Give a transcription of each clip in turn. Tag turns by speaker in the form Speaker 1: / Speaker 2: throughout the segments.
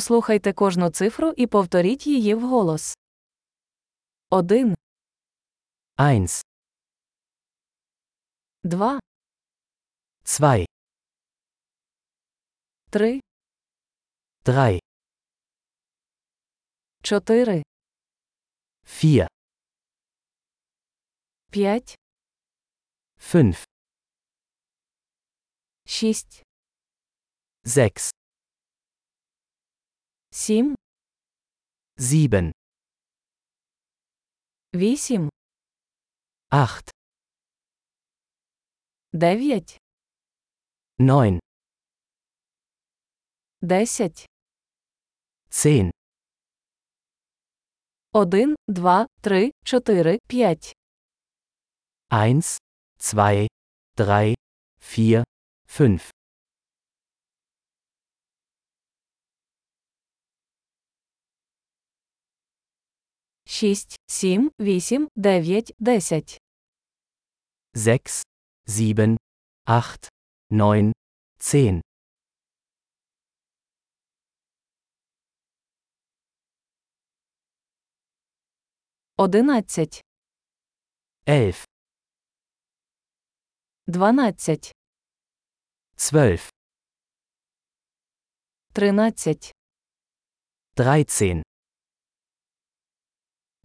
Speaker 1: Послухайте кожну цифру і повторіть її вголос. 1,
Speaker 2: 1,
Speaker 1: 2,
Speaker 2: 2,
Speaker 1: 3,
Speaker 2: 3,
Speaker 1: 4,
Speaker 2: 4,
Speaker 1: 5,
Speaker 2: 5,
Speaker 1: 6,
Speaker 2: 6,
Speaker 1: 7,
Speaker 2: 7,
Speaker 1: 8,
Speaker 2: 8,
Speaker 1: 9,
Speaker 2: 9,
Speaker 1: 10,
Speaker 2: 10,
Speaker 1: 1, 2, 3, 4, 5,
Speaker 2: 1, 2, 3, 4, 5.
Speaker 1: шість, сім, вісім, дев'ять, десять,
Speaker 2: 6, 7, 8, 9, 10,
Speaker 1: 11,
Speaker 2: 11,
Speaker 1: 12,
Speaker 2: 12,
Speaker 1: 13,
Speaker 2: 13,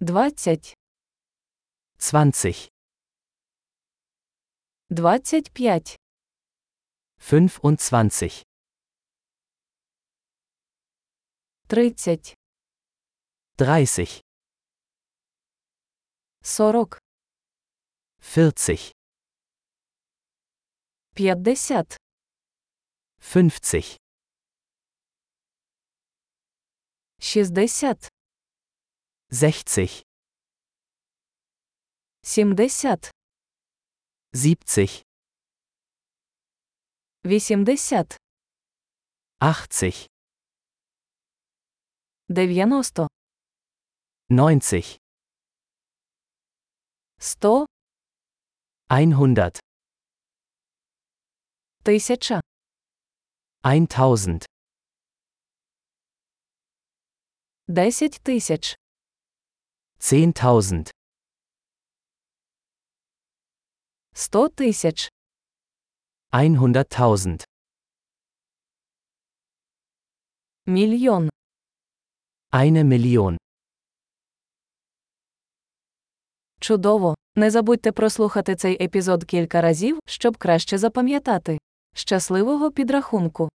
Speaker 2: 20,
Speaker 1: 25,
Speaker 2: 25,
Speaker 1: 30, 40,
Speaker 2: 30, 40,
Speaker 1: 50,
Speaker 2: 50,
Speaker 1: 60,
Speaker 2: 60,
Speaker 1: 70,
Speaker 2: 70,
Speaker 1: 80,
Speaker 2: 80,
Speaker 1: 90,
Speaker 2: 90,
Speaker 1: 100,
Speaker 2: 100,
Speaker 1: 1000,
Speaker 2: 1000,
Speaker 1: 10 тисяч,
Speaker 2: 10.000,
Speaker 1: 100 тисяч,
Speaker 2: 100.000,
Speaker 1: мільйон,
Speaker 2: eine Million.
Speaker 1: чудово! Не забудьте прослухати цей епізод кілька разів, щоб краще запам'ятати. Щасливого підрахунку!